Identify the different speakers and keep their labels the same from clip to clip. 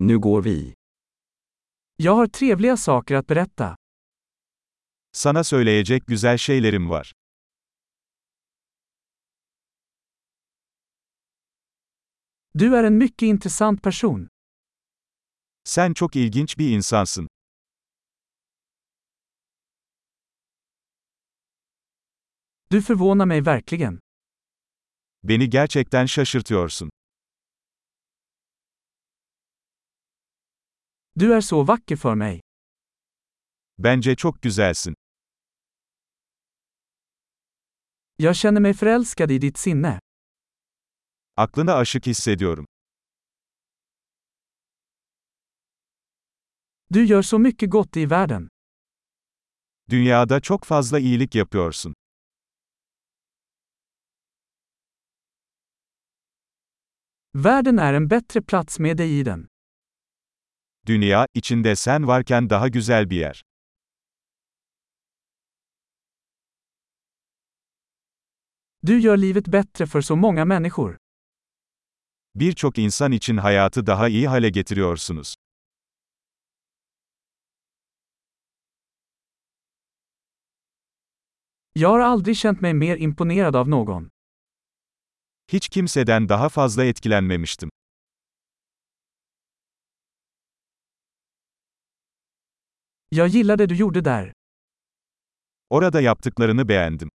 Speaker 1: Nu går vi.
Speaker 2: Jag har trevliga saker att berätta.
Speaker 3: Sana söyleyecek güzel şeylerim var.
Speaker 2: Du är en mycket intressant person.
Speaker 3: Sen çok ilginç bir insansın.
Speaker 2: Du förvånar mig verkligen.
Speaker 3: Beni gerçekten şaşırtıyorsun.
Speaker 2: Du är så vacker för mig.
Speaker 3: Bence çok güzelsin.
Speaker 2: Jag känner mig förälskad i ditt sinne.
Speaker 3: Aklına aşık hissediyorum.
Speaker 2: Du gör så mycket gott i världen.
Speaker 3: Dünyada çok fazla iyilik yapıyorsun.
Speaker 2: Världen är en bättre plats med dig i den.
Speaker 3: Dünya, içinde sen varken daha güzel bir yer.
Speaker 2: Du gör livet bättre för så många människor.
Speaker 3: Birçok insan için hayatı daha iyi hale getiriyorsunuz.
Speaker 2: Jag har aldrig känt mig mer imponerad av någon.
Speaker 3: Hiç kimseden daha fazla etkilenmemiştim.
Speaker 2: Jag gillar det du gjorde där.
Speaker 3: Orada yaptıklarını beğendim.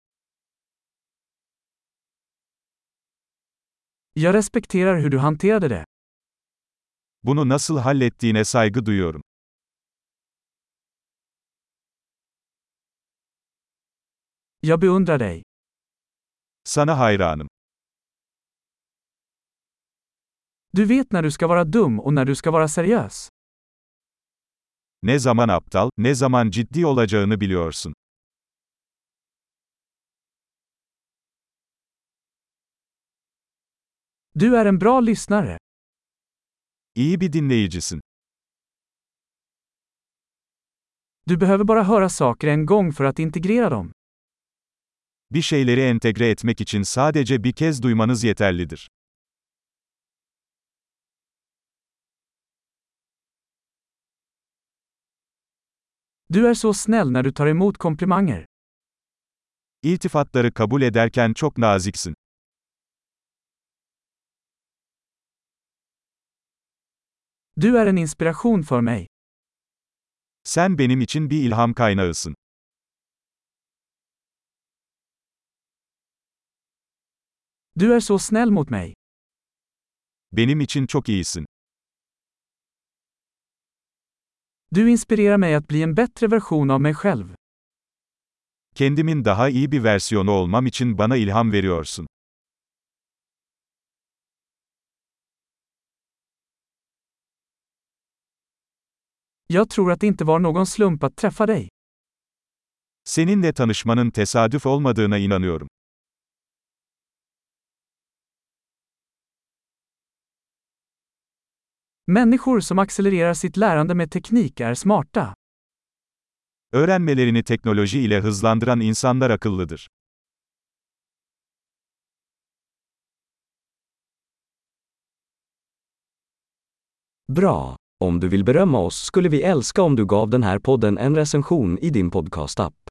Speaker 2: Jag respekterar hur du hanterade det.
Speaker 3: Bunu nasıl hallettiğine saygı duyuyorum.
Speaker 2: Jag beundrar dig.
Speaker 3: Sana hayranım.
Speaker 2: Du vet när du ska vara dum och när du ska vara seriös.
Speaker 3: Ne zaman aptal, ne zaman ciddi olacağını biliyorsun.
Speaker 2: Du är en bra lyssnare.
Speaker 3: İyi bir dinleyicisin.
Speaker 2: Du behöver bara höra saker en gång för att integrera dem.
Speaker 3: Bir şeyleri entegre etmek için sadece bir kez duymanız yeterlidir.
Speaker 2: Du är så snäll när du tar emot komplimanger.
Speaker 3: İltifatları kabul ederken çok naziksin.
Speaker 2: Du är en inspiration för mig.
Speaker 3: Sen benim için bir ilham kaynağısın.
Speaker 2: Du är så snäll mot mig.
Speaker 3: Benim için çok iyisin.
Speaker 2: Du inspirerar mig att bli en bättre version av mig själv.
Speaker 3: Kendimin daha iyi bir versiyonu olmam için bana ilham veriyorsun.
Speaker 2: Jag tror att det inte var någon slump att träffa dig.
Speaker 3: Seninle tanışmanın tesadüf olmadığına inanıyorum.
Speaker 2: Människor som accelererar sitt lärande med teknik är smarta.
Speaker 3: Öğrenmelerini teknoloji ile hızlandıran insanlar akıllıdır.
Speaker 1: Bra! Om du vill berömma oss skulle vi älska om du gav den här podden en recension i din podcastapp.